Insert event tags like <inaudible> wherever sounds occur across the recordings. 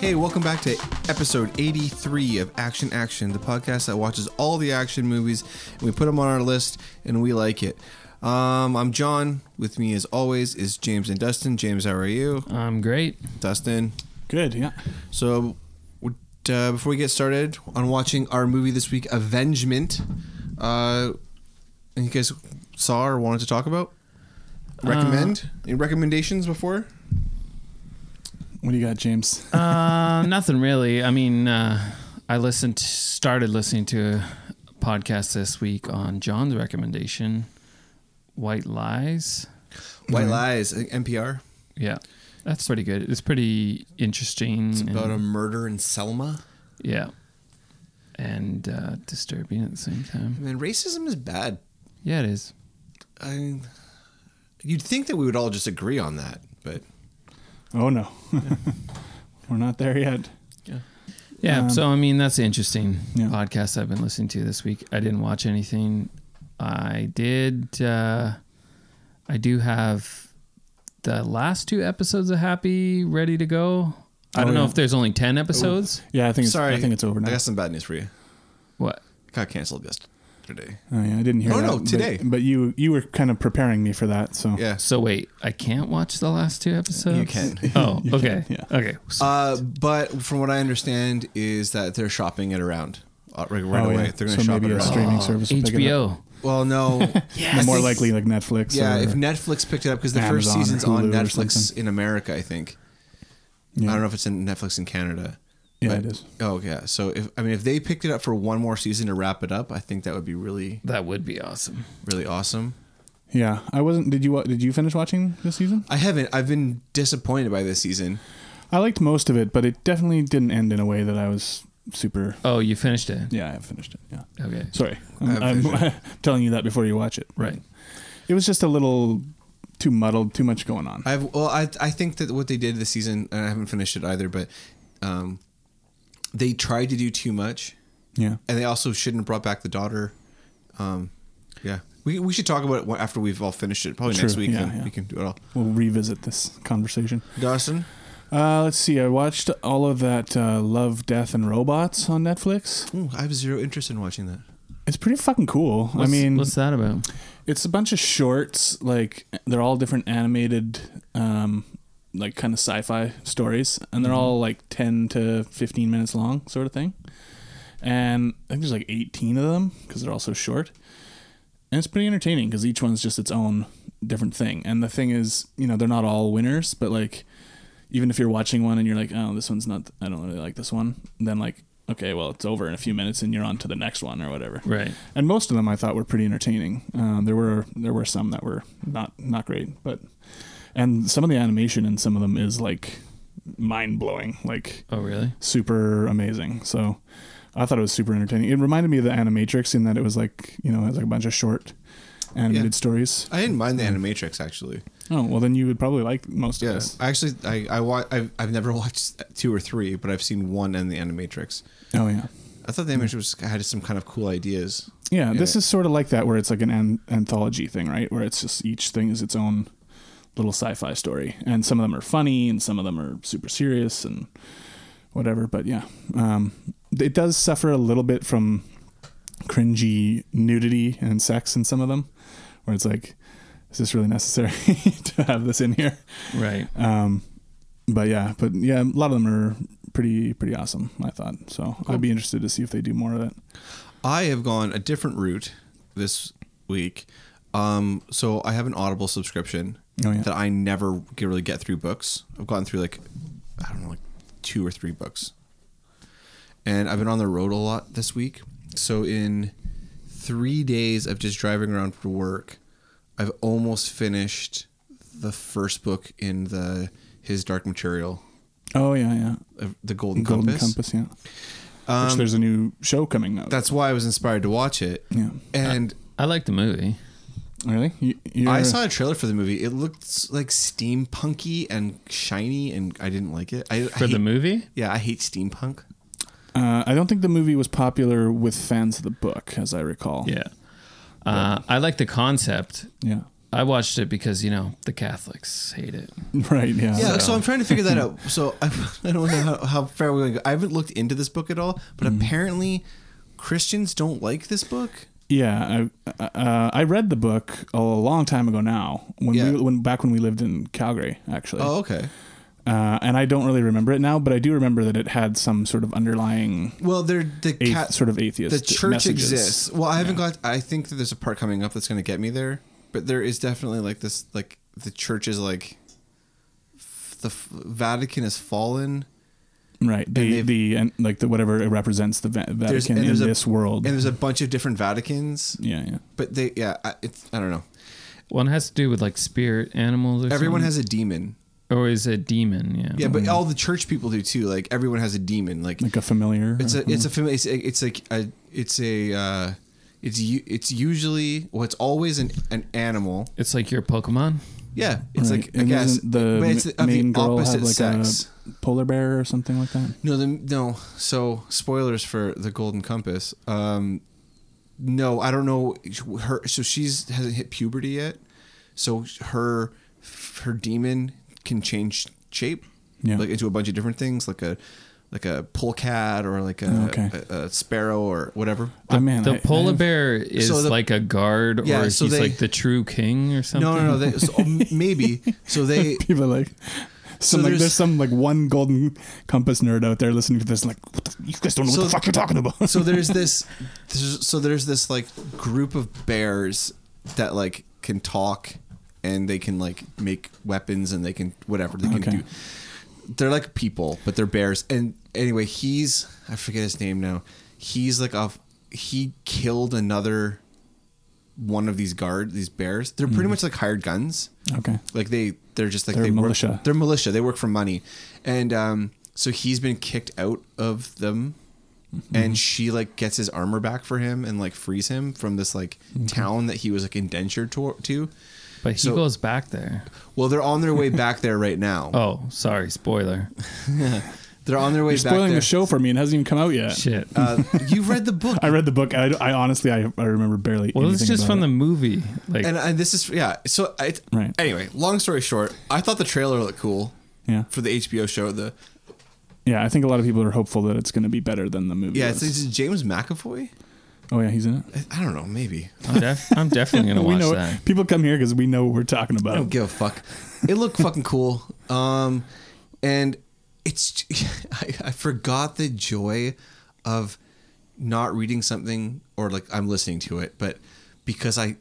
Hey, welcome back to episode 83 of Action Action, the podcast that watches all the action movies and we put them on our list and we like it. Um, I'm John. With me, as always, is James and Dustin. James, how are you? I'm great. Dustin. Good, yeah. So, would, uh, before we get started on watching our movie this week, Avengement, uh, you guys saw or wanted to talk about? Recommend? Any recommendations before? What do you got, James? Uh, nothing really. I mean, uh, I listened, started listening to a podcast this week on John's recommendation, White Lies. White Lies, uh, I think NPR. Yeah, that's pretty good. It's pretty interesting. and- About a murder in Selma. yeah, and uh, disturbing at the same time. Man, racism is bad. Yeah, it is. I, you'd think that we would all just agree on that, but oh no. <laughs> We're not there yet. Yeah. Um, so I mean, that's an interesting Yeah. podcast I've been listening to this week. I didn't watch anything. I did. Uh, I do have the last two episodes of Happy ready to go. I Oh, don't know yeah. if there's only ten episodes. Yeah, I think it's sorry, I think it's over now. I got some bad news for you. What? It got canceled yesterday. oh yeah, I didn't hear Oh, that. no, but- today. But, you you were kind of preparing me for that, so Yeah. So wait, I can't watch the last two episodes. You <laughs> can. Oh, You okay. can, yeah. Okay. So- Uh, but from what I understand is that they're shopping it around uh, right, right Oh, away. yeah. They're going to So shop it maybe a around. streaming service will pick it up. HBO. Well, <laughs> no. The <laughs> I more think- likely like Netflix. Yeah, or- if Netflix picked it up because the first Amazon or season's on Hulu or Netflix something. in America, I think. yeah. I don't know if it's in Netflix in Canada. Yeah, but- it is. Oh yeah. So if I mean if they picked it up for one more season to wrap it up, I think that would be really That would be awesome. really awesome. Yeah, I wasn't. Did you wa- did you finish watching this season? I haven't. I've been disappointed by this season. I liked most of it, but it definitely didn't end in a way that I was super. Oh, you finished it. Yeah, I finished it. Yeah, Okay. sorry, I've I'm, I'm finished <laughs> telling you that before you watch it. Right. It was just a little too muddled, too much going on. I've well, I I think that what they did this season, and I haven't finished it either, but um, they tried to do too much, yeah, and they also shouldn't have brought back the daughter. Um, yeah, we we should talk about it after we've all finished it. Probably True, next week, yeah, and yeah. we can do it all. we'll revisit this conversation. Dawson, Uh, let's see. I watched all of that uh, Love, Death, and Robots on Netflix. Ooh, I have zero interest in watching that. It's pretty fucking cool. What's- I mean, what's that about? it's a bunch of shorts. Like they're all different animated, um, like kind of sci-fi stories, and they're all like ten to fifteen minutes long, sort of thing. And I think there's like eighteen of them because they're all so short. And it's pretty entertaining because each one's just its own different thing. And the thing is, you know, they're not all winners, but like, even if you're watching one and you're like, oh, this one's not, I don't really like this one, then like, okay, well, it's over in a few minutes and you're on to the next one or whatever Right. and most of them I thought were pretty entertaining. Um, there were there were some that were not not great, but and some of the animation in some of them is like mind blowing, like Oh, really? super amazing. So I thought it was super entertaining. It reminded me of the Animatrix in that it was like you know it has like a bunch of short animated Yeah. stories. I didn't mind the Mm. Animatrix actually. Oh well, then you would probably like most of Yeah, this. I actually I I wa- I've, I've never <laughs> watched two or three, but I've seen one and the Animatrix. Oh yeah. I thought the Animatrix had some kind of cool ideas. Yeah, Yeah. this is sort of like that, where it's like an, an anthology thing, right? Where it's just each thing is its own little sci-fi story, and some of them are funny, and some of them are super serious, and whatever. But yeah, um, it does suffer a little bit from cringy nudity and sex in some of them, where it's like, is this really necessary <laughs> to have this in here? Right. Um, but yeah, but yeah, a lot of them are pretty pretty awesome. I thought so. I'd be interested to see if they do more of that. I have gone a different route this week. Um, so I have an Audible subscription Oh, yeah. that I never get- really get through books. I've gotten through like I don't know, like two or three books, and I've been on the road a lot this week. So in three days of just driving around for work, I've almost finished the first book in the His Dark Material, Oh yeah, yeah. uh, the Golden, Golden Compass. Um, Compass, yeah. Which there's a new show coming out. That's why I was inspired to watch it. Yeah. And I like the movie. really. You, you're- I saw a trailer for the movie. It looked like steampunky and shiny, and I didn't like it. I, For the movie? yeah, I hate steampunk. Uh, I don't think the movie was popular with fans of the book, as I recall. Yeah. Uh, I like the concept. Yeah. <laughs> I watched it because you know the Catholics hate it. Right. Yeah. Yeah, so, So- I'm trying to figure that out. So <laughs> I, I don't know how, how far we're going to go. I haven't looked into this book at all, but apparently Christians don't like this book. Yeah, I uh, I read the book a long time ago now. When Yeah. we when back when we lived in Calgary, actually, Oh, okay. uh, and I don't really remember it now, but I do remember that it had some sort of underlying Well, they're the ath- cat, sort of atheist. the church messages. exists. Well, I haven't got. I think that there's a part coming up that's going to get me there, but there is definitely like this. Like the church is like f- the f- Vatican has fallen. right? The they've- the and like the whatever it represents the Va- There's, Vatican in there's a- this world. and there's a bunch of different Vaticans. yeah, yeah. But they, yeah, I, it's, I don't know. One has to do with like spirit animals. Or Everyone something. has a demon. or is a demon. Yeah. Yeah, but all the church people do too. Like everyone has a demon. Like Like uh-huh. a familiar. It's a it's a fami- it's a, it's like a it's a uh, it's u- it's usually well it's always an an animal. It's like your Pokemon. Yeah, it's Right. like I And guess doesn't the but it's ma- of main the girl have, opposite like, a- sex. polar bear or something like that. No, the, no. So spoilers for the Golden Compass. Um, no, I don't know her. So she's hasn't hit puberty yet. So her her demon can change shape, Yeah. like into a bunch of different things, like a like a polecat or like a, Okay. a, a sparrow or whatever. I mean, the I- polar I- bear is So the- like a guard, Yeah, or so he's they- like the true king or something. No, no, no. They, <laughs> so, oh, m- maybe. So they. People are like. Some, like, there's- there's, some like one golden compass nerd out there listening to this like what the, you guys don't know So- what the fuck you're talking about. <laughs> So there's this. there's- So there's this like group of bears that like can talk, and they can like make weapons, and they can whatever they can Okay. do. They're like people, but they're bears. And anyway, he's I forget his name now. He's like a he killed another one of these guard these bears. They're pretty much like hired guns. <laughs> Okay. Like they, they're just like They're they Work, militia. they're militia. They work for money, and um, so he's been kicked out of them, Mm-hmm. and she like gets his armor back for him and like frees him from this like Mm-hmm. town that he was like indentured to. to. but he so- goes back there. Well, they're on their <laughs> way back there right now. Oh, sorry, spoiler. They're on their way You're back spoiling there. the show for me. It hasn't even come out yet. Shit. Uh, you've <laughs> read the book, I read the book. I, I honestly, I, I remember barely. well, it's anything just about from the it. movie. Like, and, and this is yeah. So I, Right. anyway, long story short, I thought the trailer looked cool yeah, for the HBO show. The yeah. I think a lot of people are hopeful that it's going to be better than the movie. yeah, was. it's, it's James McAvoy. oh yeah, he's in it. I, I don't know, maybe. I'm, def- I'm definitely gonna <laughs> we watch know that. people come here because we know what we're talking about. I don't give a fuck. It <laughs> looked fucking cool. Um, and it's I, <laughs> I forgot the joy of not reading something or like I'm listening to it, but because I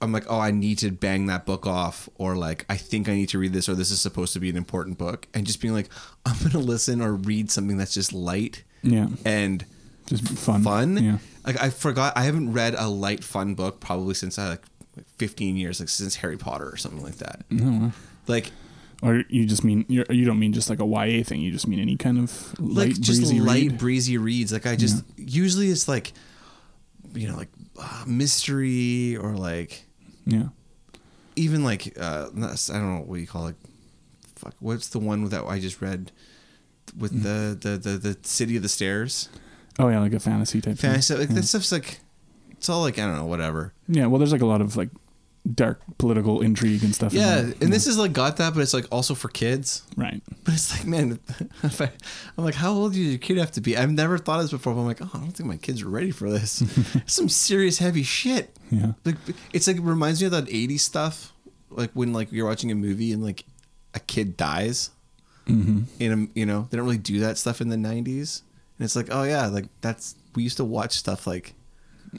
I'm like, oh, I need to bang that book off, or like I think I need to read this, or this is supposed to be an important book, and just being like, I'm gonna listen or read something that's just light yeah, and just fun. fun. Yeah, Like I forgot, I haven't read a light fun book probably since I like 15 years, like since Harry Potter or something like that. Oh, Like or you just mean you're, you don't mean just like a YA thing. You just mean any kind of like light, just breezy light read. breezy reads. Like I just usually it's like you know like uh, mystery or like yeah, even like uh not- I don't know what you call it. Fuck, what's the one that I just read Mm. with the the the, the city of the stairs oh yeah, like a fantasy type. thing. fantasy? Like yeah. that stuff's like it's all like I don't know whatever. Yeah, well, there's like a lot of like dark political intrigue and stuff. in Yeah, there. and this is like got that, but it's like also for kids. right. But it's like, man, <laughs> if I, I'm like, how old does your kid have to be? I've never thought of this before, but I'm like, oh, I don't think my kids are ready for <laughs> this. Some serious heavy shit. Yeah. Like, it's like, it reminds me of that 80s stuff. Like when like you're watching a movie and like a kid dies Mm-hmm. in a, you know, they don't really do that stuff in the 90s. And it's like, oh yeah, like that's, we used to watch stuff like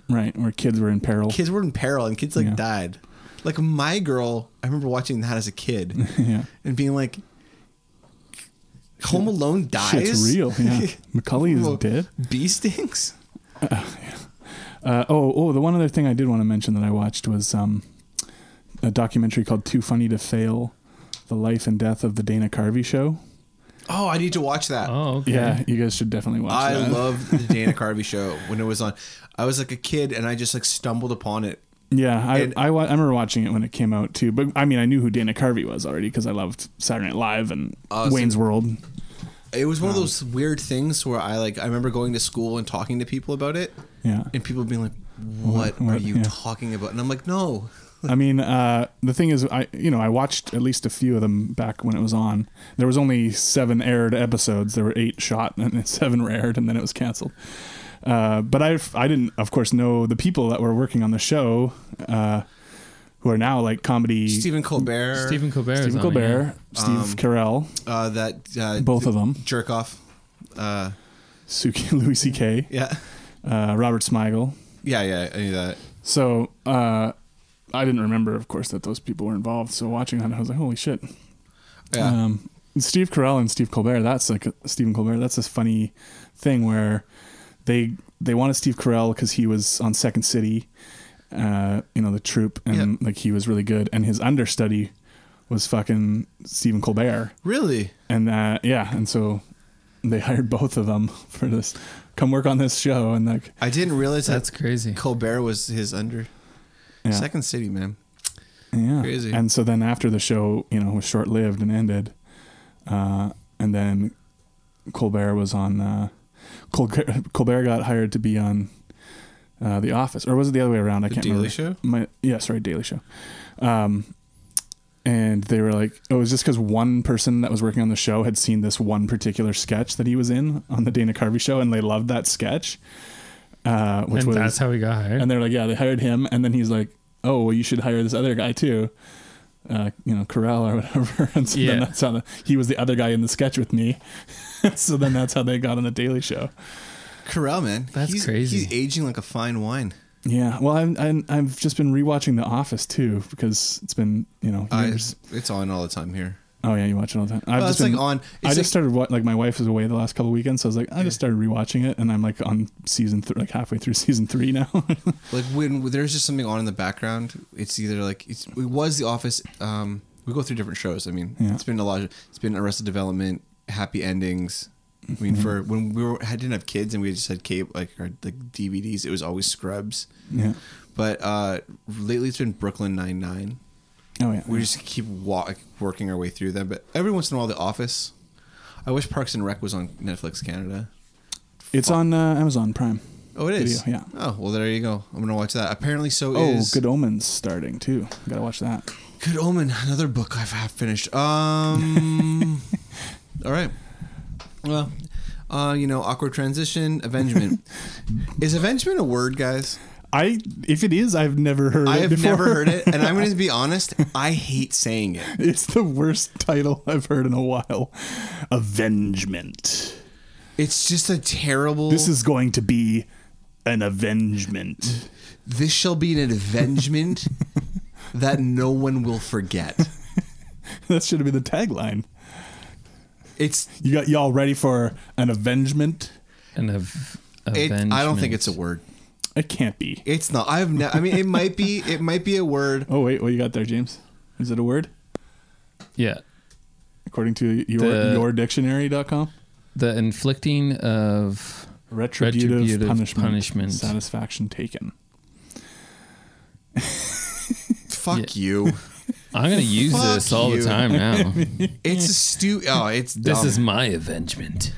Right, where kids were in peril. kids were in peril and kids like Yeah. died. Like my girl, I remember watching that as a <laughs> kid <laughs> yeah. and being like, Home Alone dies. Shit's real. <laughs> Yeah. Macaulay is Well, dead. Bee stings? Uh, oh, oh, the one other thing I did want to mention that I watched was um, a documentary called Too Funny to Fail The Life and Death of the Dana Carvey Show. Oh, I need to watch that. Oh, okay. Yeah, you guys should definitely watch I that. loved the Dana Carvey show when it was on. I was like a kid and I just like stumbled upon it. yeah, I, and- I, wa- I remember watching it when it came out too. But I mean, I knew who Dana Carvey was already because I loved Saturday Night Live and Oh, so- Wayne's World. It was one of those weird things where I like I remember going to school and talking to people about it Yeah. and people being like, "What, What- are you yeah. talking about?" And I'm like, "No." I mean, uh, the thing is, I you know I watched at least a few of them back when it was on. There was only seven aired episodes. There were eight shot and then <laughs> seven were aired, and then it was canceled. Uh, but I I didn't, of course, know the people that were working on the show, uh, who are now like comedy Stephen Colbert. Stephen Colbert. Stephen is on it, yeah. Colbert, Steve Um, Carell, Uh, that uh, both of them, jerk off. Uh, Suki, <laughs> Louis C.K., yeah, uh, Robert Smigel. yeah, yeah. I knew that. So uh, I didn't remember, of course, that those people were involved. So watching that, I was like, holy shit. Yeah. Um, Steve Carell and Steve Colbert. That's like Stephen Colbert. That's this funny thing where they they wanted Steve Carell because he was on Second City, uh, you know, the troupe, and like he was really good. And his understudy was fucking Stephen Colbert. really? And uh, yeah, and so they <laughs> hired both of them for this. Come work on this show, and like I didn't realize That's that crazy. Colbert was his under. yeah. Second City, man. Yeah. Crazy. And so then after the show, you know, was short lived and ended, uh, and then Colbert was on. Uh, Colbert, <laughs> Colbert got hired to be on uh, The Office, or was it the other way around? I the can't Daily remember. Show. My yeah, sorry, Daily Show. Um, and they were like, oh, it was just because one person that was working on the show had seen this one particular sketch that he was in on the Dana Carvey show, and they loved that sketch. Uh, which and was that's how he got hired. and they're like, yeah, they hired him. And then he's like, oh, well, you should hire this other guy too. Uh, you know, Corral or whatever. <laughs> And so Yeah. then that's how the, he was the other guy in the sketch with me. <laughs> so then that's how they got on the Daily Show. Corral, man. That's he's, crazy. He's aging like a fine wine. Yeah. Well, I'm, I'm, I've just been rewatching The Office too because it's been, you know, I, years. it's on all the time here. oh, yeah, you watch it all the time. I've Well, just it's been, like on. I It's just started wa- like my wife was away the last couple weekends, so I was like, I Yeah. just started rewatching it, and I'm like on season three, like halfway through <laughs> season three now. Oh, like when when there's just something on in the background it's either like it's, it was the office um we go through different shows i mean Yeah. it's been a lot of, it's been arrested development happy endings i mean Mm-hmm. for when we were I didn't have kids and we just had cable like our like dvds it was always scrubs yeah. but uh lately it's been brooklyn 99 Oh yeah. we just keep walk, working our way through them but every once in a while the office i wish parks and rec was on netflix canada it's on uh, Amazon Prime. oh it is Video, yeah. oh well there you go i'm gonna watch that apparently so Oh, is Good Omens starting too. Gotta watch that. Good Omen, another book I've half finished. Um, <laughs> all right. Well, uh, you know, awkward transition. <laughs> Avengement is avengement a word, guys? I if it is, I've never heard. I it have before. never heard it, and I'm going to be honest. I hate saying it. <laughs> It's the worst title I've heard in a while. Avengement. It's just a terrible. This is going to be an avengement. <laughs> This shall be an <laughs> avengement that no one will forget. That should have been the tagline. It's. You got y'all ready for an avengement? And av- It, avengement. I don't think it's a word. It can't be. It's not. I've. Ne- I mean, it might be. It might be a word. Oh wait, what you got there, James? Is it a word? Yeah. According to your The- yourdictionary.com? The inflicting of Retributive, Retributive punishment, punishment. Satisfaction taken. Fuck you. I'm gonna use Fuck this all you. the <laughs> time now. It's a stu. Oh, it's dumb. this is my avengement.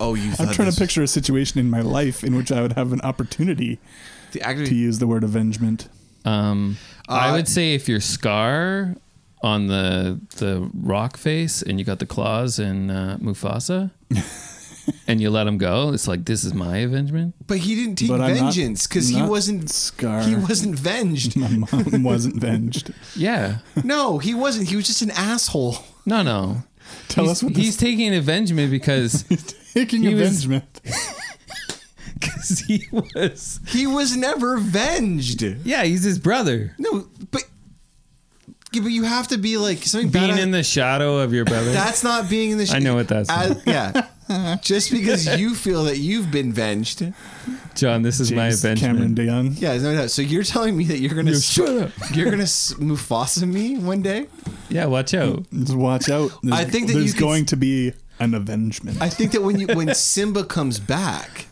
Oh, you. I'm thought trying this to picture a situation in my life in which I would have an opportunity was- the actually- to use the word avengement. Um, I Uh, would say if your scar on the the rock face and you got the claws in uh, <laughs> Mufasa, and you let him go, it's like this is my avengement. But he didn't take But I'm not- vengeance because he not wasn't Scar. He wasn't <laughs> venged. My <laughs> mom wasn't venged. Yeah, no, he wasn't. He was just an asshole. no, <laughs> no. Tell he's, us what he's he's taking avengement because <laughs> taking he was- avengement. <laughs> because he was He was never venged. yeah he's his brother. No, but yeah, but you have to be like something Being bad. in the shadow of <laughs> your brother. that's not being in the. Sh- I know what that's Uh, yeah, just because you feel that you've been venged. John, this is my James avengement. Cameron DeYoung. Yeah, no, no. So you're telling me that you're gonna You s- shut up. <laughs> You're gonna s- Mufasa me one day. Yeah, watch Oh out. Just watch out. There's, I think that you there's could- going to be an avengement. I think that when you when Simba comes back,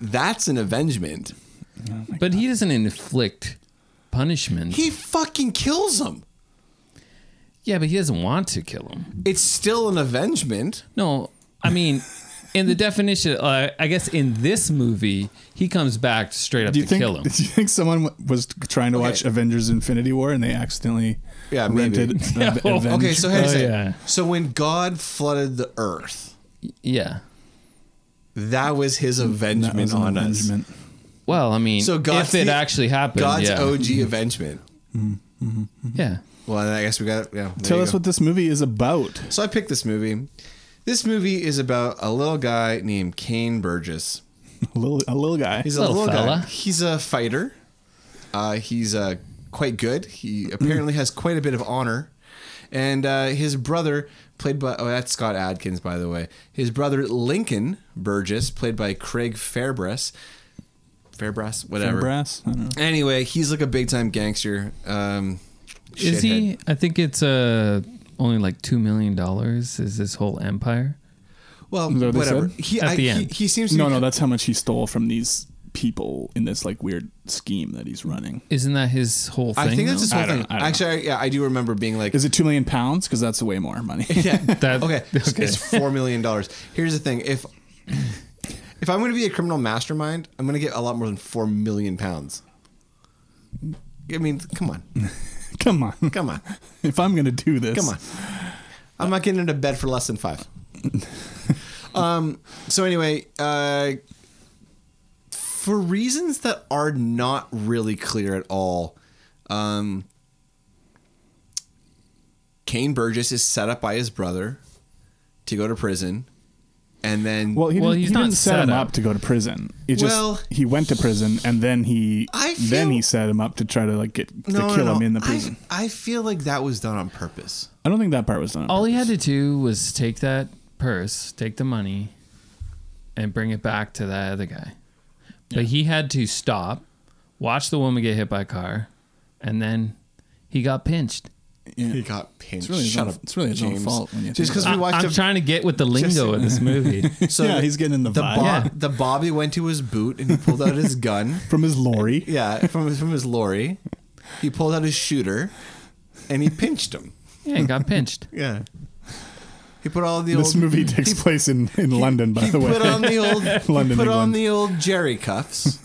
that's an avengement. But he doesn't inflict punishment. He fucking kills him. yeah, but he doesn't want to kill him. It's still an avengement. <laughs> No, I mean, in the definition, uh, I guess in this movie, he comes back straight up Do you to think? kill him. <laughs> Do you think someone w- was trying to watch Okay. Avengers: Infinity War and they accidentally Yeah, maybe. <laughs> rented? Yeah, Av- well, Avenge- Okay, so hey, Oh, say, yeah. so when God flooded the earth, Yeah. that was his that avengement was an on us. avengement. Well, I mean, So God's if it the- actually happened, God's yeah. OG avengement. yeah. Well, then I guess we got it. Yeah, there Tell you us go. what this movie is about. So I picked this movie. This movie is about a little guy named Kane Burgess. A little, a little guy. He's a Little little fella. guy. He's a fighter. Uh, he's uh, quite good. He apparently has quite a bit of honor. And uh, his brother, played by oh, that's Scott Adkins, by the way. His brother Lincoln Burgess, played by Craig Fairbrass. Fairbrass, whatever. brass. I don't know. Anyway, he's like a big time gangster. Um, Is shithead. he? I think it's uh, only like $2 million is this whole empire. Well, Is that what they whatever. said? He, At I, the he- end. he seems to No, be no, that's how much he stole from these people in this like weird scheme that he's running. Isn't that his whole thing? I think that's though? his whole I don't- thing. I don't Actually, I, yeah, I do remember being like, Is it two million pounds? Because that's way more money. <laughs> <laughs> yeah, That- okay, it's- okay. it's four million dollars. Here's the thing: if if I'm going to be a criminal mastermind, I'm going to get a lot more than four million pounds. I mean, come on, Come on, come on, <laughs> if I'm gonna do this, come on. I'm not getting into bed for less than <laughs> five. Um. So anyway, uh, for reasons that are not really clear at all, um, Kane Burgess is set up by his brother to go to prison, and then Well, he, Well, didn't, he's he not didn't set, set him up. up to go to prison. It Well- just he went to prison and then he I feel- then he set him up to try to like get to kill him in the prison. I, I feel like that was done on purpose. I, don't think that part was done. on All he purpose. had to do was take that purse, take the money, and bring it back to that other guy. But he had to stop, watch the woman get hit by a car, and then he got pinched. Yeah. He got pinched. It's really his Shut own- up. it's really his own James. fault when you Just think because I, we watched am a- trying to get with the lingo of this movie. So Yeah, he's getting in the vibe. Bob, Yeah. The Bob he went to his boot and he pulled out his gun. from his lorry. Yeah, from his, from his lorry, he pulled out his shooter, and he pinched him. <laughs> yeah, he got pinched. Yeah. He put all the This old. movie takes place in, in London, by he the way. put on <laughs> the old. London, London, put on England. the old Jerry <laughs> cuffs.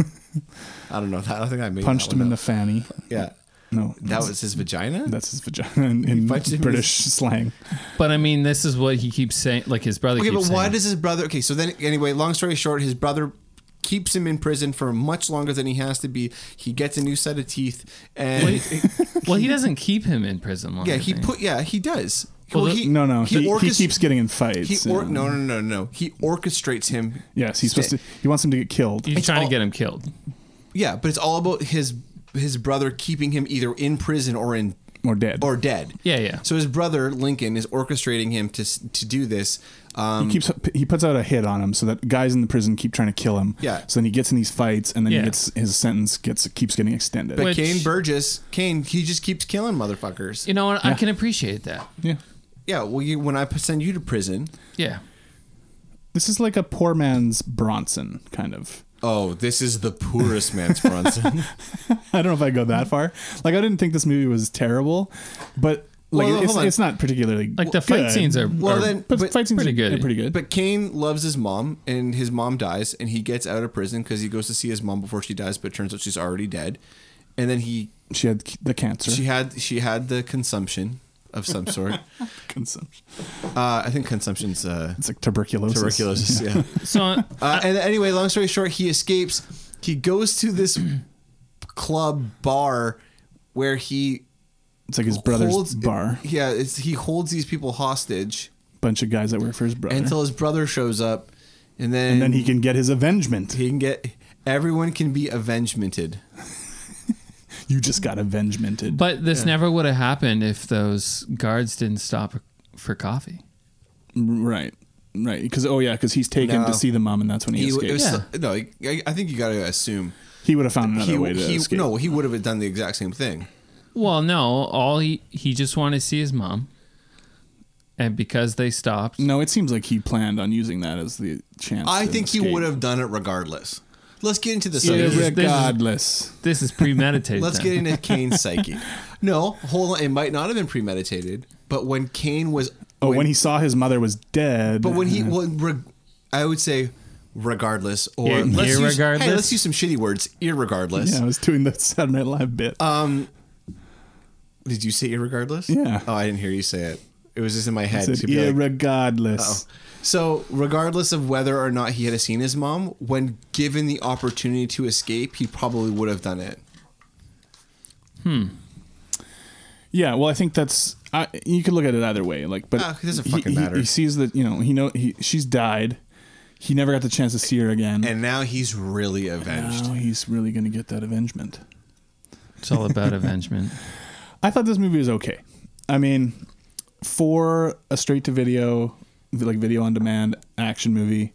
I don't know. I don't think I made Punched that him one in the up. fanny. Yeah, No, that was his vagina. that's his vagina in, in punched him in British slang. But I mean, this is what he keeps saying. Like his brother. Okay, but keeps why saying. does his brother? Okay, so then anyway, long story short, his brother keeps him in prison for much longer than he has to be. He gets a new set of teeth, and Well, he doesn't keep him in prison <laughs> long. yeah, I he think. put yeah he does. Well, Well, he, No, no, he, he, orchest- keeps getting in fights. He or, and- no, no, no, no. He orchestrates him. Yes, he's supposed to. Stay- He wants him to get killed. He's It's trying all- to get him killed. Yeah, but it's all about his his brother keeping him either in prison or in Or dead. or dead. Yeah, yeah. So his brother Lincoln is orchestrating him to s- to do this. Um, He keeps he puts out a hit on him so that guys in the prison keep trying to kill him. Yeah. So then he gets in these fights and then Yeah. he gets his sentence gets keeps getting extended. but Which- Kane Burgess, Kane, he just keeps killing motherfuckers. You know what? I can appreciate that. yeah. Yeah, well, you, when I p- send you to prison, Yeah. This is like a poor man's Bronson kind of. <laughs> Oh, this is the poorest man's Bronson. I don't know if I go that far. Like I didn't think this movie was terrible, but like Well, it's, hold on. it's not particularly Like the fight good. scenes are. Well, are- then- But, But- fight scenes pretty are good. are pretty good. but Kane loves his mom, and his mom dies, and he gets out of prison because he goes to see his mom before she dies, but it turns out she's already dead. And then he she had the cancer she had she had the consumption of some <laughs> sort. uh, consumption. I think consumption's uh, It's like tuberculosis. tuberculosis. <laughs> Yeah. so Uh, and anyway, long story short, he escapes. He goes to this club bar where he It's like his brother's holds bar. Yeah, it's, he holds these people hostage. Bunch of guys that work for his brother. until his brother shows up, and then and then he can get his avengement. he can get everyone can be avengemented. You just got avengemented. But this never would have happened if those guards didn't stop for coffee. Right. Right. Because, oh, yeah, because he's taken No. to see the mom, and that's when he, He, it escapes. was, Yeah. No, I, I think you got to assume He would have found another he, way to he escape. no he would have done the exact same thing. Well, no, all he he just wanted to see his mom, and because they stopped, No, it seems like he planned on using that as the chance. I to think he escape. would have done it regardless. Let's get into the Yeah, subject. yeah. Irregardless. this is <laughs> premeditated. Let's then. get into Kane's psyche. No, hold on. It might not have been premeditated, but when Kane was Oh, when he saw his mother was dead. <laughs> but when he well, re, I would say regardless or Ir- let's use- irregardless? hey, let's use some shitty words. Irregardless. Yeah, I was doing the Saturday Night Live bit. Um, did you say irregardless? Yeah. Oh, I didn't hear you say it. It was just in my I head. said, to be like, irregardless. oh. So, regardless of whether or not he had seen his mom, when given the opportunity to escape, he probably would have done it. Yeah, well, I think that's I, you could look at it either way. Like, but Ah, it doesn't he- fucking he, matter. He, sees that you know he know he she's died. He never got the chance to see her again. And now he's really avenged. now he's really gonna get that avengement. It's all about avengement. I thought this movie was okay. I mean, for a straight to video, like video on demand action movie,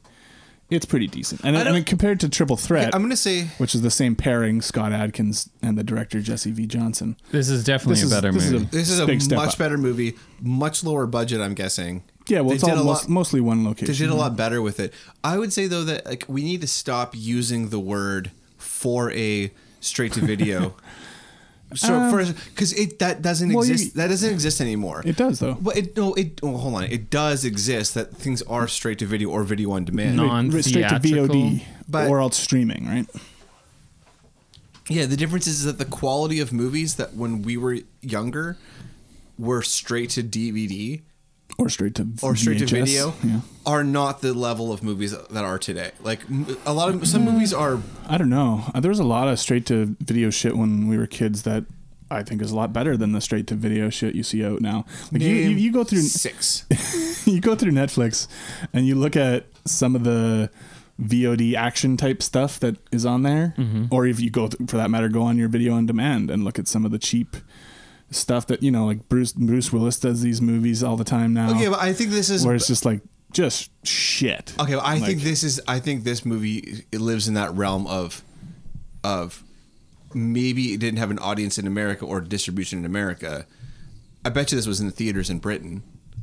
it's pretty decent. And I I, don't- mean, compared to Triple Threat, I'm gonna say which is the same pairing, Scott Adkins and the director Jesse V. Johnson. This is definitely This a is- better this is a- movie. this is a Big much step up. better movie, much lower budget. I'm guessing. Yeah, well, They it's did all a most, lot- mostly one They location. did a lot better with it. I would say though that like we need to stop using the word for a straight to <laughs> video. so Um, for because it that doesn't well, you- exist. that doesn't exist anymore. It does though. But it no it oh, hold on. It does exist that things are straight to video or video on demand. No. Re- re- straight to Non-theatrical, VOD but- or else streaming, right? Yeah, the difference is that the quality of movies that when we were younger were straight to DVD Or straight to or straight to VHS, video Yeah. are not the level of movies that are today. Like m- a lot of some movies are I don't know. Uh, There was a lot of straight to video shit when we were kids that I think is a lot better than the straight to video shit you see out now. Like you, you, Name you go through six. <laughs> you go through Netflix and you look at some of the VOD action type stuff that is on there, Mm-hmm. or if you go th- for that matter, go on your video on demand and look at some of the cheap stuff that you know, like Bruce Bruce Willis does these movies all the time now, Okay, but I think this is where it's just like just shit. Okay, well, I Like- think this is. I think this movie it lives in that realm of, of, maybe it didn't have an audience in America or distribution in America. I bet you this was in the theaters in Britain.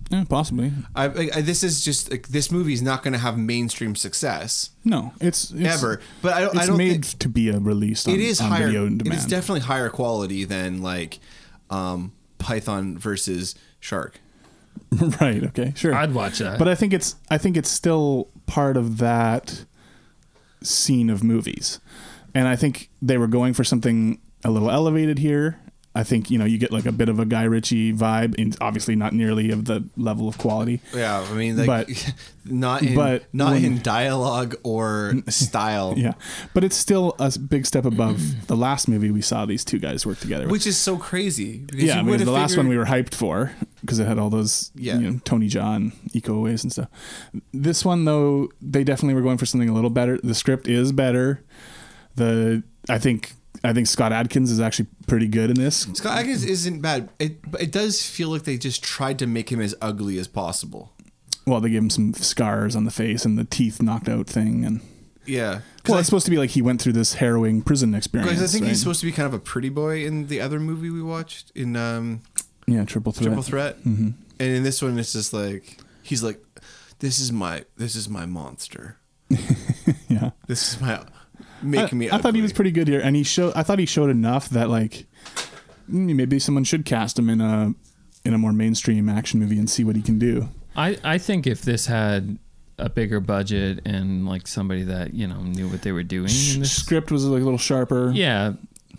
Yeah, eh, possibly. I, I, I- this is just like, this movie is not going to have mainstream success No, it's, it's ever. But I don't. It's I don't made think, to be a release. On, it is on higher. Video on It demand. is definitely higher quality than like, um, Python versus Shark. <laughs> right. Okay. Sure. I'd watch that. but I think it's I think it's still part of that scene of movies, and I think they were going for something a little elevated here. I think you know you get like a bit of a Guy Ritchie vibe, and obviously not nearly of the level of quality. Yeah, I mean, like, But- <laughs> not in, but not when- in dialogue or style. <laughs> Yeah, but it's still a s- big <clears throat> step above the last movie we saw these two guys work together. which is so crazy. Because yeah, I mean, the would've last one we figured- were hyped for because it had all those Yeah. you know, Tony John eco ways and stuff. This one though, they definitely were going for something a little better. The script is better. The I think I think Scott Adkins is actually pretty good in this. Scott Adkins isn't bad. It but it does feel like they just tried to make him as ugly as possible. Well, they gave him some scars on the face and the teeth knocked out thing, and Yeah, because well, it's supposed to be like he went through this harrowing prison experience. I think right? he's supposed to be kind of a pretty boy in the other movie we watched in um, yeah triple threat. Triple Threat, mm-hmm. and in this one it's just like he's like, "This is my this is my monster. Yeah. This is my make I, me." I thought ugly." he was pretty good here, and he showed. I thought he showed enough that like mm, maybe someone should cast him in a in a more mainstream action movie and see what he can do. I, I think if this had a bigger budget and like somebody that you know knew what they were doing, in this, Script was like a little <laughs> sharper. yeah,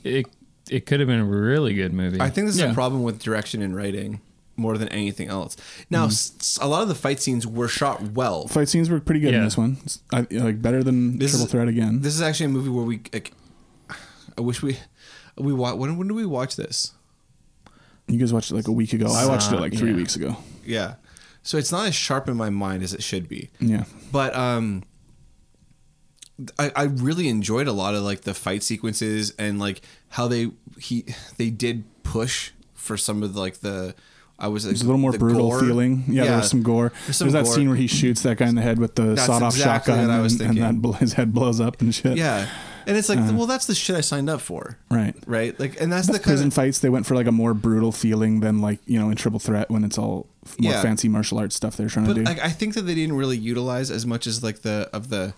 it it could have been a really good movie. I think this is Yeah. a problem with direction and writing more than anything else. Now, Mm-hmm. s- s- a lot of the fight scenes were shot well. Fight scenes were pretty good in Yeah. this one. It's, I, like better than This Triple is- Threat again. This is actually a movie where we. Like, I wish we, we wa- when when do we watch this? you guys watched it like a week ago. I watched it like three Uh, yeah. weeks ago. Yeah, so it's not as sharp in my mind as it should be. Yeah. But um, I I really enjoyed a lot of like the fight sequences and like how they he they did push for some of the, like the. I was It's a little more brutal feeling. Yeah, there was some gore. There's There's, some that gore. scene where he shoots that guy in the head with the That's sawed-off exactly shotgun, what I was and, and thinking. that bl- his head blows up and shit. Yeah, and it's like, well, that's the shit I signed up for, Uh-huh. right. right? Like, and that's, That's the kind prison of fights. They went for like a more brutal feeling than like you know in Triple Threat when it's all f- more Yeah. fancy martial arts stuff they're trying but to do. like, I think that they didn't really utilize as much as like the of the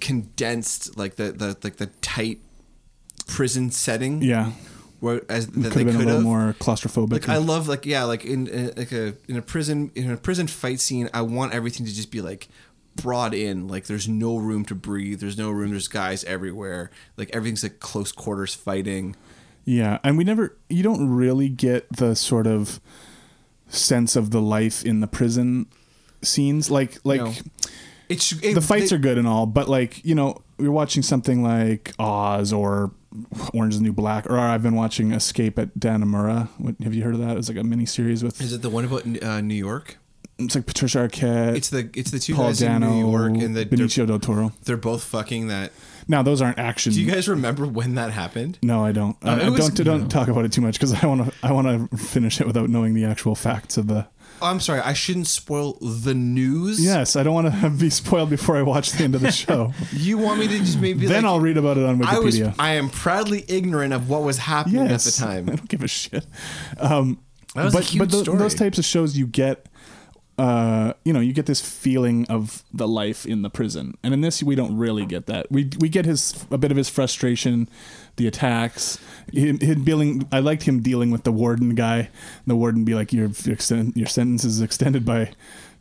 condensed like the the like the tight prison setting. yeah, where as that could they have been a could little have. more claustrophobic. Like I love like yeah like in, in like a in a prison in a prison fight scene I want everything to just be like brought in like there's no room to breathe there's no room there's guys everywhere like everything's like close quarters fighting Yeah, and we never you don't really get the sort of sense of the life in the prison scenes like like No. it's the fights are good and all, but like, you know, you're watching something like Oz or Orange is the New Black or I've been watching Escape at Dannemora. What, have you heard of that? It's like a mini series with is it the one about uh, new york it's like Patricia Arquette, it's the it's the two Paul guys Dano, in new york and the, they're, Benicio del Toro. they're both fucking that Now those aren't action. do you guys remember when that happened no, I don't. Uh, I- I it was- don't don't talk about it too much because I want to. I want to finish it without knowing the actual facts of the. i'm sorry i shouldn't spoil the news Yes, I don't want to <laughs> be spoiled before I watch the end <laughs> of the show. you want me to just maybe then like, I'll read about it on Wikipedia. I was I am proudly ignorant of what was happening yes. at the <laughs> I time. don't give a shit. Um, That was but a huge but tho- story. those types of shows, you get, uh, you know, you get this feeling of the life in the prison, and in this, we don't really get that. We we get his a bit of his frustration, the attacks, him, him dealing. I liked him dealing with the warden guy, and the warden be like, your your extend, your sentence is extended by.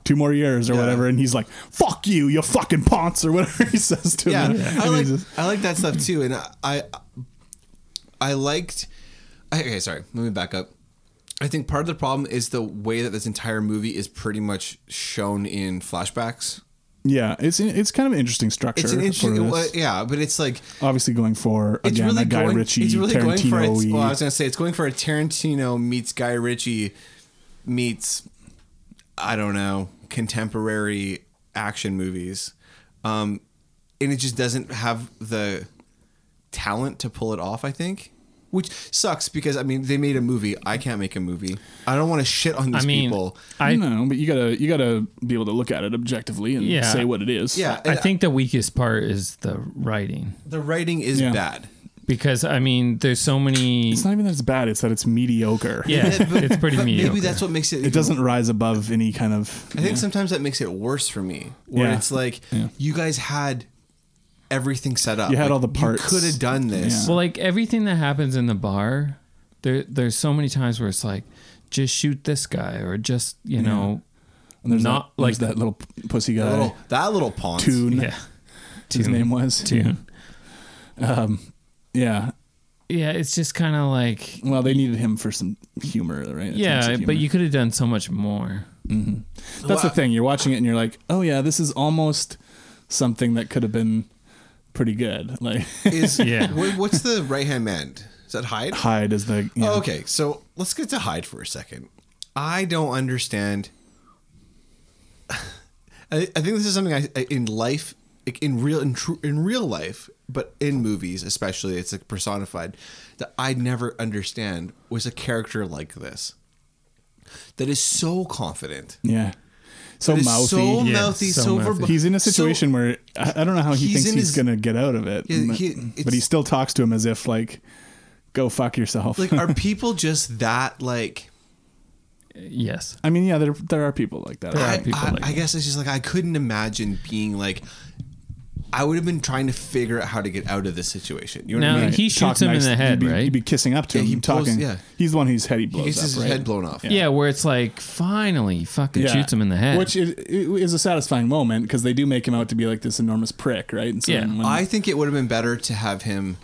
Two more years or Yeah. whatever, and he's like, "Fuck you, you fucking ponce," or whatever <laughs> he says to yeah, him. And I he's like just- I like that stuff too, and I I, I liked. Okay, sorry. Let me back up. I think part of the problem is the way that this entire movie is pretty much shown in flashbacks. Yeah, it's it's kind of an interesting structure. It's an for interesting, this. well, yeah, but it's like Obviously, going for it's again really a Guy going. Ritchie, it's really going for. Tarantino. A, well, I was gonna say it's going for a Tarantino meets Guy Ritchie meets I don't know contemporary action movies, um, and it just doesn't have the talent to pull it off. I think. Which sucks because I mean they made a movie. I can't make a movie. I don't want to shit on these I mean, people. I no, but you gotta you gotta be able to look at it objectively and Yeah. say what it is. Yeah, I and think the weakest part is the writing the writing is Yeah. bad. because I mean, there's so many. it's not even that it's bad; it's that it's mediocre. yeah, Yeah, <laughs> but- it's pretty But mediocre. maybe that's what makes it. it doesn't rise above any kind of. I think sometimes that makes it worse for me. Where Yeah. it's like Yeah. you guys had everything set up. You had Like, all the parts. You could have done this. Well, like everything that happens in the bar, there there's so many times where it's like, just shoot this guy, or just you know, And there's not that, there's like- that little p- pussy guy. That little, that little pawn. Toon, yeah, his Toon. name was. Toon. Yeah. Um, yeah. yeah. It's just kind of like, Well, they needed him for some humor, right? A sense yeah, of humor. but you could have done so much more. That's Well, the thing. You're watching it and you're like, oh yeah, this is almost something that could have been pretty good. Like <laughs> Is <laughs> Yeah. what- what's the right hand man? Is that Hyde? Hyde is the yeah. Oh, okay, so let's get to Hyde for a second. I don't understand. <sighs> I, I think this is something I, I in life, like, in real in, true, in real life, but in movies especially, it's like personified. That I never understand was a character like this. That is so confident, Yeah. So That is mouthy. so Yeah, mouthy, so so, mouthy. verbose. He's in a So- situation where I I don't know how he He's thinks in he's his- gonna get out of it. Yeah, but- he- but it's- he still talks to him as if like, "Go fuck yourself." like, are people just that like? <laughs> Yes, <laughs> I mean, yeah, there there are people like that. There are I, people I, like I guess it's just like I couldn't imagine being like. I would have been trying to figure out how to get out of this situation. You know Now, what I mean? he shoots him in the head, you'd be, right? You'd be kissing up to Yeah, him. he and blows- talking. yeah. He's the one whose head he he blows gets up. his right? head blown off. yeah. where it's like, finally, fucking Yeah. shoots him in the head. which is, is a satisfying moment because they do make him out to be like this enormous prick, right? And so Yeah. then when- I think it would have been better to have him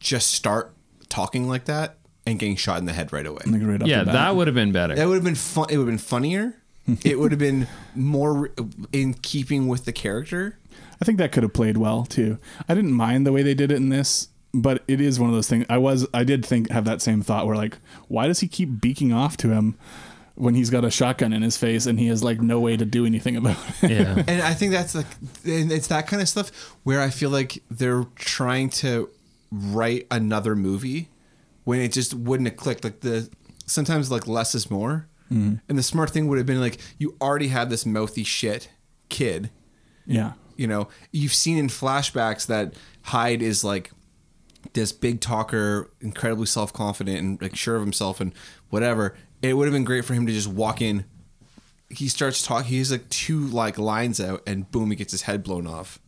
just start talking like that and getting shot in the head right away. like, right off yeah, the bat. that would have been better. That would have been fun. It would have been <laughs> funnier. it would have been more in keeping with the character. I think that could have played well too. I didn't mind the way they did it in this, but it is one of those things. I was, I did think have that same thought where like, why does he keep beaking off to him when he's got a shotgun in his face and he has like no way to do anything about <laughs> <laughs> it? yeah, And I think that's like, and it's that kind of stuff where I feel like they're trying to write another movie when it just wouldn't have clicked. Like the sometimes like less is more, and the smart thing would have been like you already had this mouthy shit kid. yeah, You know, you've seen in flashbacks that Hyde is like this big talker, incredibly self confident and like sure of himself and whatever. It would have been great for him to just walk in. He starts talking. He has like two like lines out, and boom, he gets his head blown off.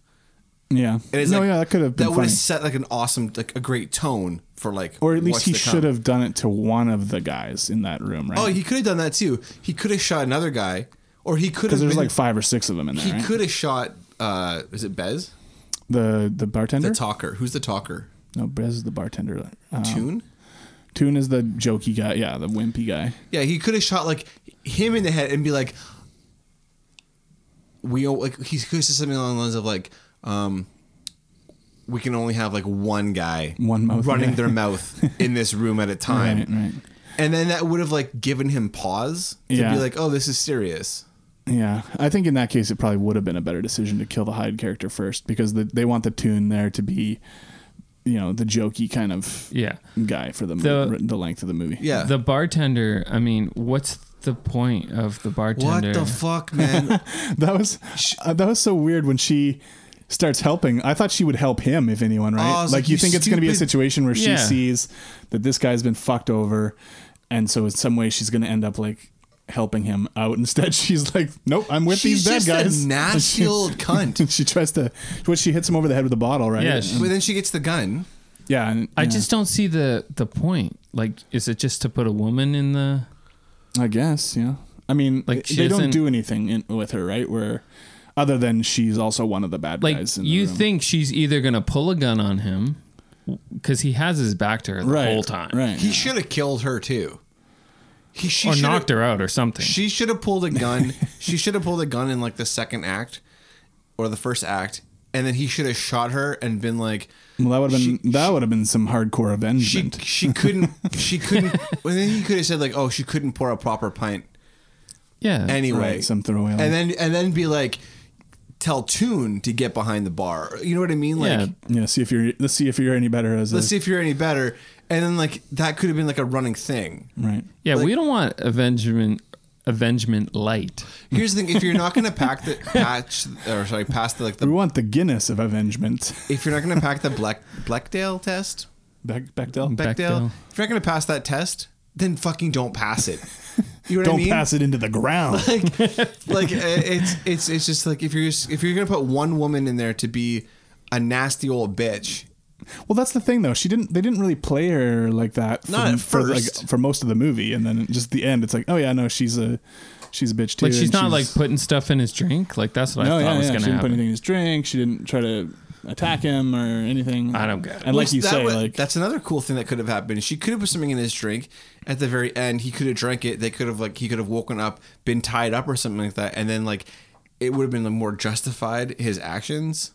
yeah. And it's no, like, yeah, that could have been that would funny. have set like an awesome, like a great tone for like, or at least what's he to come. should have done it to one of the guys in that room, right? Oh, he could have done that too. He could have shot another guy, Or he could have because there's been- like five or six of them in there. he right? could have shot. Uh, is it Bez? the the bartender. The talker. Who's the talker? no, Brez is the bartender. Um, Tune. Toon is the jokey guy. Yeah, the wimpy guy. Yeah, he could have shot like him in the head and be like, we all- like he could have said something along the lines of like, um, we can only have like one guy, One mouth running guy. their <laughs> mouth in this room at a time, Right, right. and then that would have like given him pause to Yeah. be like, oh, this is serious. Yeah, I think in that case it probably would have been a better decision to kill the Hyde character first because the, they want the Toon there to be, you know, the jokey kind of Yeah. guy for the The- the, the length of the movie. Yeah. The bartender, I mean, what's the point of the what bartender? the fuck, <laughs> man? that was uh, that was so weird when she starts helping. I thought she would help him if anyone, Oh, I right? was like like, you "You think it's going to be a stupid-" situation where Yeah. she sees that this guy's been fucked over, and so in some way she's going to end up like helping him out. <laughs> Instead, she's like, "Nope, I'm with She's just these bad guys." a <laughs> nasty old cunt. she tries to, what she hits him over the head with a bottle, right? Yeah, And- she- But then she gets the gun. yeah, and, I yeah. just don't see the the point. Like, is it just to put a woman in the? I guess, yeah. I mean, Like, like she they don't doesn't- do anything in, with her, right? Where, other than she's also one of the bad Like, guys. In the you room. think she's either gonna pull a gun on him because he has his back to her the right whole time, right? He should have killed her too. He she or should have- knocked her out or something. She should have pulled a gun. <laughs> she should have pulled a gun in like the second act or the first act, and then he should have shot her and been like, Well, that would have been She- that would have been some hardcore she avengement. she couldn't <laughs> she couldn't. And then he could have said like, oh, she couldn't pour a proper pint yeah. anyway. Right, some throwaway. line. and then and then be like, tell Toon to get behind the bar. You know what I mean? Like, Yeah. yeah, see if you're let's see if you're any better as let's a see if you're any better. And then like that could have been like a running thing. right. yeah, like- we don't want avengement avengement light. Here's the thing: if you're not gonna pack the <laughs> patch, or sorry, pass the like We the want the Guinness of avengement. <laughs> if you're not gonna pack the Black Blackdale test, Beck, Bechdel. Beck- Bechdel. Bechdel. If you're not gonna pass that test, then fucking don't pass it. You know what Don't I mean? <laughs> pass it into the ground. Like, <laughs> like uh, it's it's it's just like if you're just, if you're gonna put one woman in there to be a nasty old bitch, well, that's the thing though. She didn't. They didn't really play her like that. Not at for, first. like, for most of the movie, and then just the end. It's like, oh yeah, no, she's a she's a bitch too. Like, she's and not like putting stuff in his drink. Like that's what no, I thought yeah, was yeah. gonna she didn't put happen. anything in his drink. She didn't try to attack him or anything. I don't get it. And like Which you that say, would- like that's another cool thing that could have happened. She could have put something in his drink at the very end. He could have drank it. They could have like he could have woken up, been tied up or something like that, and then like it would have been like, more justified his actions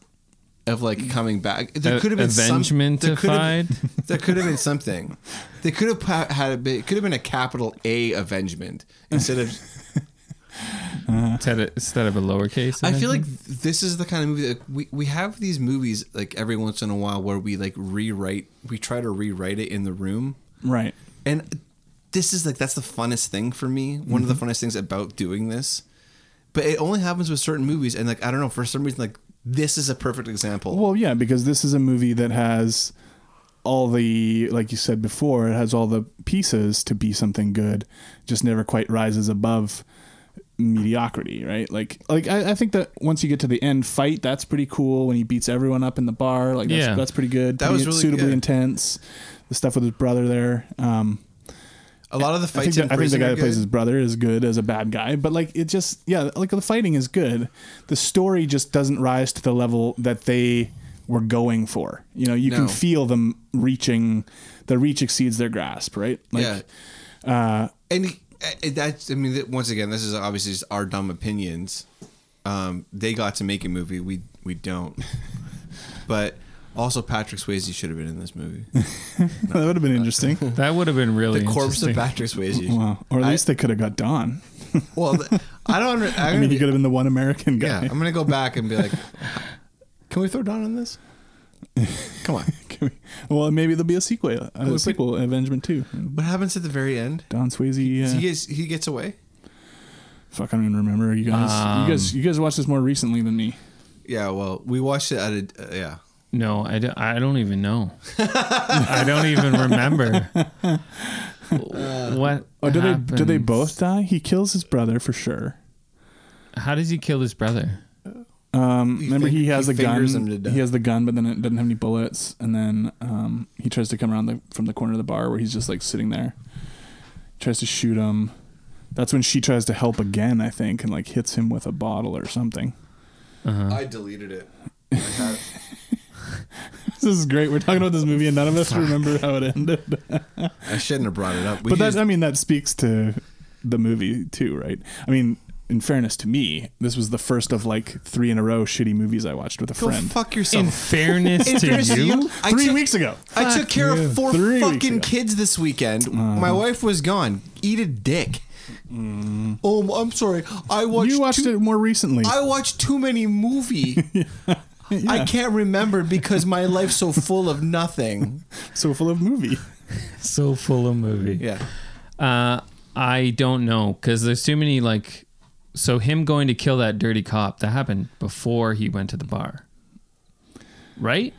of like coming back. There Uh, could have been some, there could have- <laughs> avengmentified? There could have been something. They could have pa- had a bit. It could have been a capital A avengement instead of. instead of, instead of a lowercase. I feel avengement? like this is the kind of movie that we, we have these movies like every once in a while where we like rewrite we try to rewrite it in the room right. and this is like that's the funnest thing for me one Mm-hmm. of the funnest things about doing this but it only happens with certain movies and like i don't know for some reason like this is a perfect example Well, yeah, because this is a movie that has all the like you said before, it has all the pieces to be something good, just never quite rises above mediocrity, right? Like like I, I think that once you get to the end fight, that's pretty cool when he beats everyone up in the bar. Like that's Yeah. that's pretty good. That pretty was really suitably good. intense. The stuff with his brother there. Um a lot of the I think, fights that, I in think the prison guy are that plays good. his brother is good as a bad guy, but like it just yeah, like the fighting is good. The story just doesn't rise to the level that they were going for. You know, you No. can feel them reaching. The reach exceeds their grasp, right? Like, yeah Uh, and he- uh, that's i mean that- once again this is obviously just our dumb opinions um they got to make a movie we we <laughs> don't but also patrick swayze should have been in this movie <laughs> that would have been interesting. <laughs> that would have been really the corpse of interesting. patrick swayze wow. Or at I- least they could have got Don. well th- i don't under- <laughs> I mean, he could have been the one American Yeah, guy. I'm gonna go back and be like, can we throw Don on this? Come on. <laughs> Can we- well, maybe there'll be a sequel. we A put- sequel, Avengement Two. What happens at the very end? Don Swayze. Uh, He gets he gets away. fuck, I don't even remember you guys. Um, you guys, you guys watched this more recently than me. Yeah. Well, we watched it at a uh, yeah. No, I don't, I don't even know. I don't even remember. what? Oh, do happens? they do they both die? He kills his brother for sure. How does he kill his <laughs> brother? Um, He remember, he fing- has Mm, he the gun. fingers him to death. He has the gun, but then it doesn't have any bullets. And then um, he tries to come around the, from the corner of the bar where he's just like sitting there. Tries to shoot him. That's when she tries to help again, I think, and like hits him with a bottle or something. <laughs> I deleted it. I had it. This is great. We're talking about this movie, and none of us remember how it ended. I shouldn't have brought it up. We <laughs> but that, used- I mean, that speaks to the movie too, right? I mean, in fairness to me, this was the first of like three in a row shitty movies I watched with a go friend. fuck In yourself. fairness In to fairness to you, you, I three took- weeks ago. I took Fuck care you. of four Three weeks fucking ago. kids this weekend. My wife was gone. Eat a dick. Oh, I'm sorry. I watched. you watched too- it more recently. I watched too many <laughs> movie. I can't remember because my life's so full of nothing. so full of movie. so full of movie. Yeah. Uh, I don't know because there's too many like. So him going to kill that dirty cop that happened before he went to the bar, right?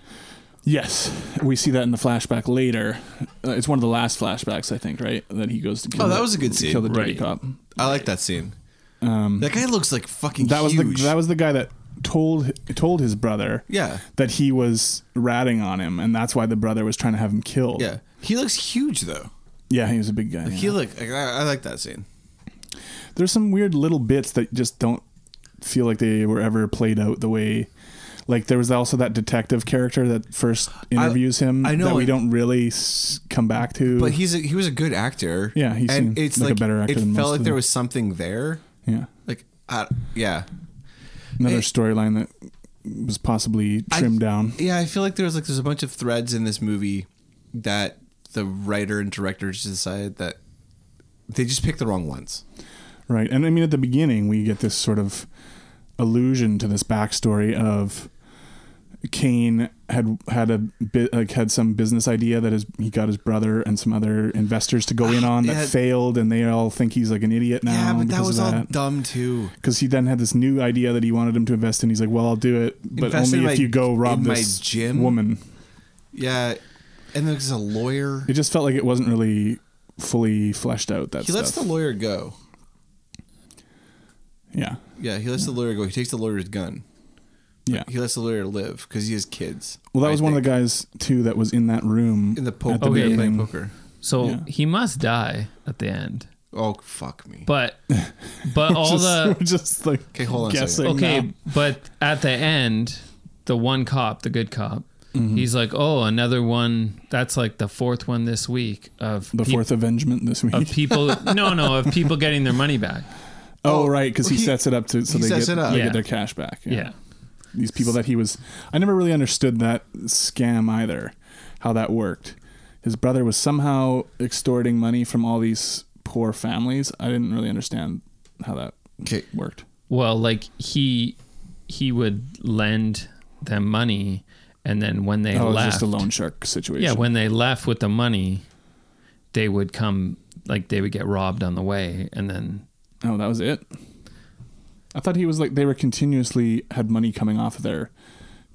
Yes, we see that in the flashback later. Uh, it's one of the last flashbacks, I think, right? That he goes to kill. Oh, that the- was a good scene. Kill the dirty Right. cop. I like that scene. that guy looks like fucking. Um, That was huge. the that was the guy that told told his brother Yeah. that he was ratting on him, and that's why the brother was trying to have him killed. Yeah, he looks huge though. yeah, he was a big guy. He yeah. look. I, I like that scene. There's some weird little bits that just don't feel like they were ever played out the way. Like there was also that detective character that first interviews him. I know, that we and- don't really s- come back to. But he's a, he was a good actor. Yeah, he and seemed it's like a like, better actor It than most felt of like them. there was something there. yeah, Like, I, yeah, another Hey. storyline that was possibly I- trimmed down. yeah. I feel like there was like there's a bunch of threads in this movie that the writer and director just decided that they just picked the wrong ones. Right. And I mean, at the beginning, we get this sort of allusion to this backstory of Kane had had a bit like had some business idea that his he got his brother and some other investors to go in on that Ah, Yeah. failed, and they all think he's like an idiot now. yeah, but that Um, because was of all that. dumb too. Because he then had this new idea that he wanted him to invest in. He's like, "Well, I'll do it, but Invest in only my- if you go rob in my this gym?" woman." Yeah, and there's a lawyer. It just felt like it wasn't really fully fleshed out. That He lets the stuff. lawyer go. yeah, Yeah, he lets the lawyer go. He takes the lawyer's gun. yeah. He lets the lawyer live because he has kids. Well, that I was one of think. the guys too that was in that room in the at poker Okay. okay. beginning. playing poker. So Yeah. he must die at the end. Oh fuck me! But but all <laughs> just, the we're just like Okay, hold on a second. guessing. okay, now. but at the end, the one cop, the good cop, Mm-hmm. he's like, oh, another one. That's like the fourth one this week of the peop- fourth avengement this <laughs> week. of <laughs> people. no, no, of people getting their money back. oh, right, because he, He- sets it up to so he they sets get it up. they Yeah. get their cash back. Yeah. these people that he was. I never really understood that scam either, how that worked. His brother was somehow extorting money from all these poor families. I didn't really understand how that Okay, worked. Well, like he he would lend them money, and then when they oh, it was left, just a loan shark situation. yeah, when they left with the money, they would come like they would get robbed on the way, and then Oh, that was it. I thought he was like they were continuously had money coming off of their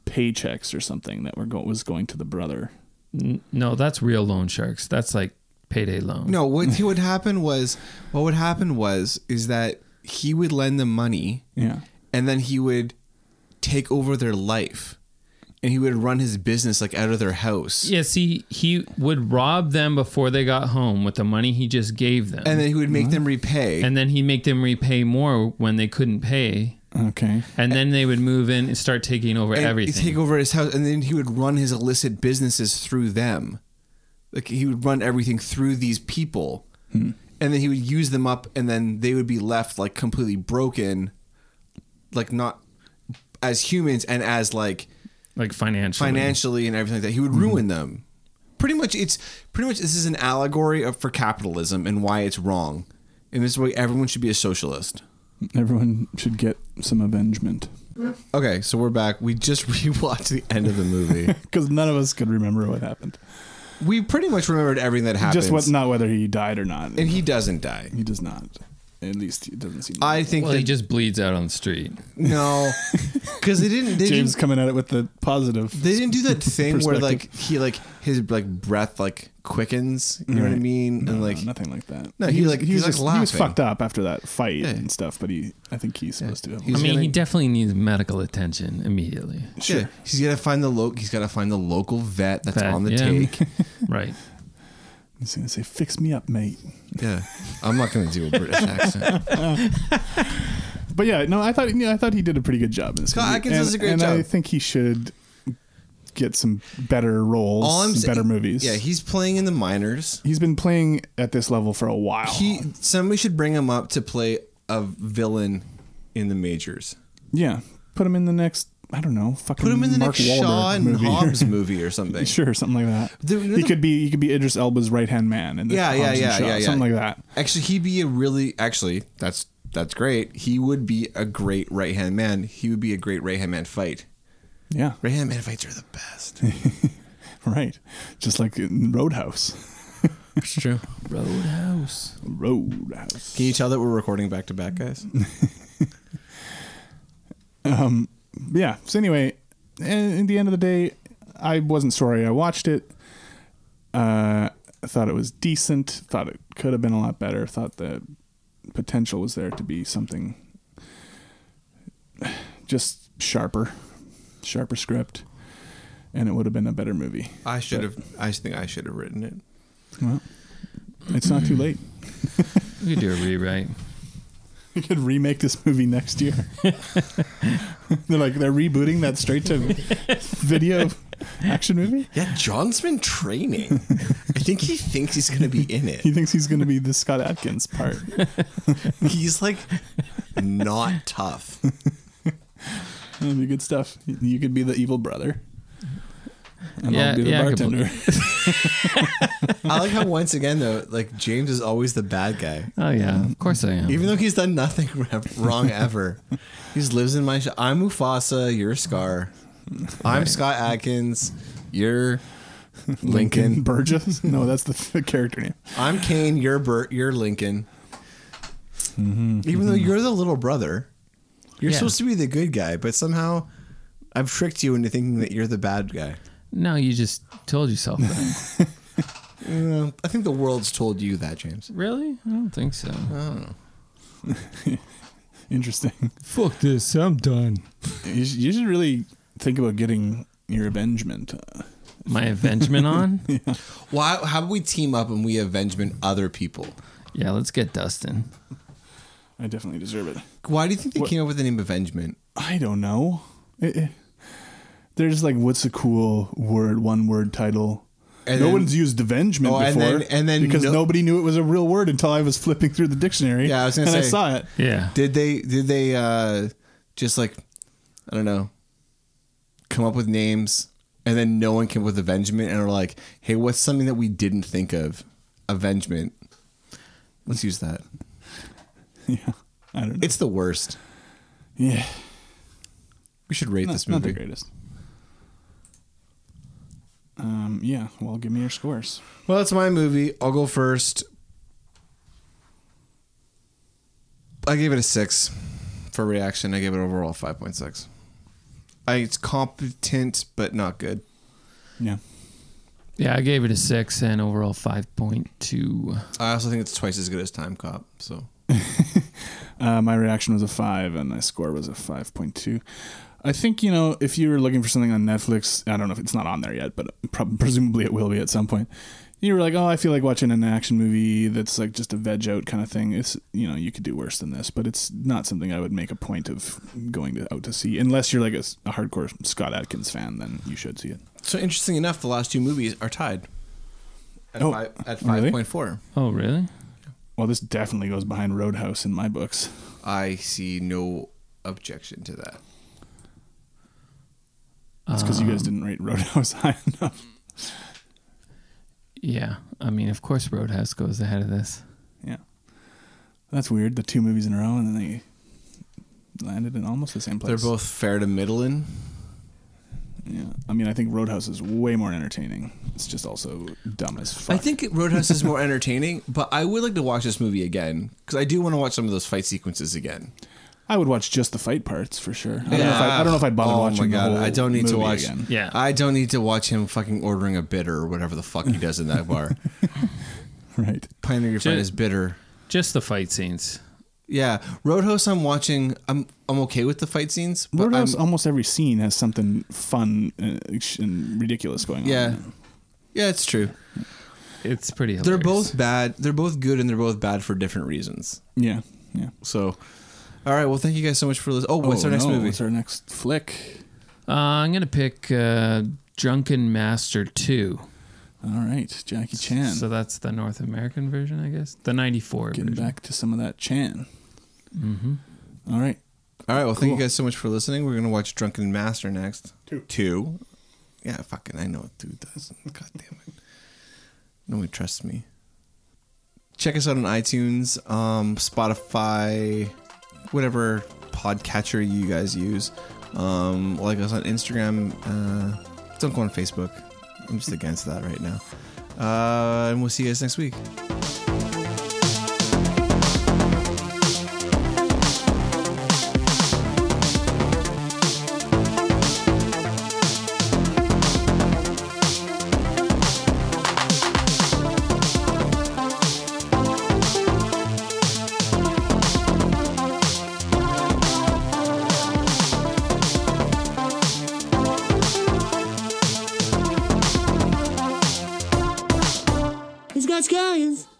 paychecks or something that were go- was going to the brother. N- no, that's real loan sharks. That's like payday loan. no. What he would happen was what would happen was is that he would lend them money, Yeah. and then he would take over their life, and he would run his business like out of their house, Yeah, see, he would rob them before they got home with the money he just gave them. and then he would make them repay. and then he'd make them repay more when they couldn't pay. Okay. And then they would move in and start taking over and everything. He'd take over his house, and then he would run his illicit businesses through them. Like he would run everything through these people, and then he would use them up, and then they would be left like completely broken, like not as humans and as like like financially. financially and everything like that. He would ruin them. Pretty much, it's pretty much this is an allegory of, for capitalism and why it's wrong, and this is why everyone should be a socialist. Everyone should get some avengement Okay, so we're back. We just <laughs> rewatched the end of the movie. because none of us could remember what happened. We pretty much remembered everything that happened. Just what, not whether he died or not. and he doesn't die. he does not. At least he doesn't seem. I think Well, that he just bleeds out on the street. <laughs> no, because they didn't. They James didn't, coming at it with the positive. they didn't do that thing where Perspective. like he like his like breath like quickens. You know what I Right. mean? No, and like no, nothing like that. No, he was- like- was he's, like, just, he was laughing. fucked up after that fight Yeah. and stuff. But he, I think he's supposed to. Have He's I mean, gonna- he definitely needs medical attention immediately. <laughs> yeah, <laughs> he's gotta find the local. He's gotta find the local vet that's Vet, on the yeah. take. Right. He's gonna say, "Fix me up, mate." Yeah, I'm not gonna do a British accent. But yeah, no, I thought yeah, I thought he did a pretty good job in this Scott movie. Adkins and, does a great and I job. think he should get some better roles, All I'm some better saying- movies. Yeah, he's playing in the minors. he's been playing at this level for a while. He somebody should bring him up to play a villain in the majors. yeah, put him in the next. I don't know. Fucking Put him in the Mark next Wahlberg Shaw and movie. <laughs> Hobbs movie or something. sure, something like that. The- he another- could be he could be Idris Elba's right hand man. In the Yeah, yeah, Hobbs and yeah, Shaw, yeah, yeah. something like that. Actually, he'd be a really actually that's that's great. He would be a great right hand man. He would be a great right hand man fight. Yeah, <laughs> Right hand man fights are the best. right. Just like in Roadhouse. It's true. Roadhouse. Roadhouse. Can you tell that we're recording back to back, guys? yeah. So anyway, and in the end of the day, I wasn't sorry I watched it. Uh, I thought it was decent. Thought it could have been a lot better. Thought the potential was there to be something just sharper, sharper script, and it would have been a better movie. I should have. I think I should have written it. Well, it's not too late. We could do a rewrite. We could remake this movie next year. <laughs> they're like they're rebooting that straight to video action movie. Yeah, John's been training. I think he thinks he's gonna be in He it. thinks he's going to be the Scott Adkins part. He's like not tough. That'd be good stuff. You could be the evil brother. And Yeah, I'll be the yeah, I could bartender. I like how once again though, like James is always the bad guy. <laughs> Oh yeah, of course I am. Even though he's done nothing <laughs> wrong ever, he just lives in my. Sh- I'm Mufasa. You're Scar. I'm Scott Atkins. <laughs> You're <laughs> Lincoln. Burgess? No, that's the, the character name. I'm Kane. You're Bert. You're Lincoln. Even though you're the little brother, you're Yeah. supposed to be the good guy, but somehow I've tricked you into thinking that you're the bad guy. no, you just told yourself that. Uh, I think the world's told you that, James. <laughs> really? I don't think so. Uh, Interesting. Fuck this. I'm done. You should, you should really think about getting your avengement. Uh, My <laughs> avengement on? Why? How about we team up and we avengement other people? Yeah, let's get Dustin. I definitely deserve it. Why do you think they What- came up with the name avengement? I don't know. It, it, they're just like, what's a cool word, one word title? And no then- one's used avengement Oh, and before, then- and then because no- nobody knew it was a real word until I was flipping through the dictionary. Yeah, I was gonna and say- I saw it. Yeah. Did they did they uh just like I don't know come up with names and then no one came up with avengement and are like, hey, what's something that we didn't think of? Avengement. Let's use that. <laughs> Yeah, I don't know. It's the worst. yeah, We should rate not, this not the movie. greatest. Um, yeah, well, give me your scores. Well, that's my movie. I'll go first. I gave it a six for reaction. I gave it overall five point six. I it's competent but not good. Yeah, Yeah, I gave it a six and overall 5.2. I also think it's twice as good as Time Cop. So uh, my reaction was a five, and my score was a five point two. I think you know if you were looking for something on Netflix, I don't know if it's not on there yet, but prob- <laughs> presumably it will be at some point. You were like, oh, I feel like watching an action movie that's like just a veg out kind of thing. It's you know you could do worse than this, but it's not something I would make a point of going to, out to see unless you're like a, s- a hardcore Scott Adkins fan. Then you should see it. So interesting enough, the last two movies are tied. At Oh, five at really? five point four. Oh, really? Well, this definitely goes behind Roadhouse in my books. I see no objection to that. It's because you Um, guys Um. didn't rate Roadhouse <laughs> high enough. Yeah. I mean, of course, Roadhouse goes ahead of this. Yeah, that's weird. The two movies in a row, and then they landed in almost the same place. They're both fair to middling. Yeah, I mean, I think Roadhouse is way more entertaining. It's just also dumb as fuck. I think Roadhouse is <laughs> more entertaining, but I would like to watch this movie again because I do want to watch some of those fight sequences again. I would watch just the fight parts for sure. I don't know if I, I don't know if I'd bother oh watching. my god, the whole I don't need to movie watch. again. Yeah. I don't need to watch him fucking ordering a bitter or whatever the fuck he does in that <laughs> bar. Right. Pioneer your friend Ju- is bitter. Just the fight scenes. Yeah, Roadhouse. I'm watching. I'm I'm okay with the fight scenes. But Roadhouse I'm, almost every scene has um, something fun and and ridiculous going on. Yeah. Yeah, it's true. it's pretty. Hilarious. They're both bad. They're both good, and they're both bad for different reasons. Yeah, yeah. So, all right. Well, thank you guys so much for listening. Oh, what's our next no, movie? What's our next flick? Uh, I'm gonna pick uh, Drunken Master Two. All right, Jackie Chan. So that's the North American version, I guess. The '94 Getting version. back to some of that Chan. Mhm. All right. All right. Well, thank you Cool. guys so much for listening. We're gonna watch Drunken Master next. Two. Two. Yeah, fucking. I know what two does. God damn it. Nobody trusts me. Check us out on iTunes, um, Spotify, whatever podcatcher you guys use. Um, like us on Instagram. Uh, don't go on Facebook. I'm just against that right now. Uh, and we'll see you guys next week. He's got scallions.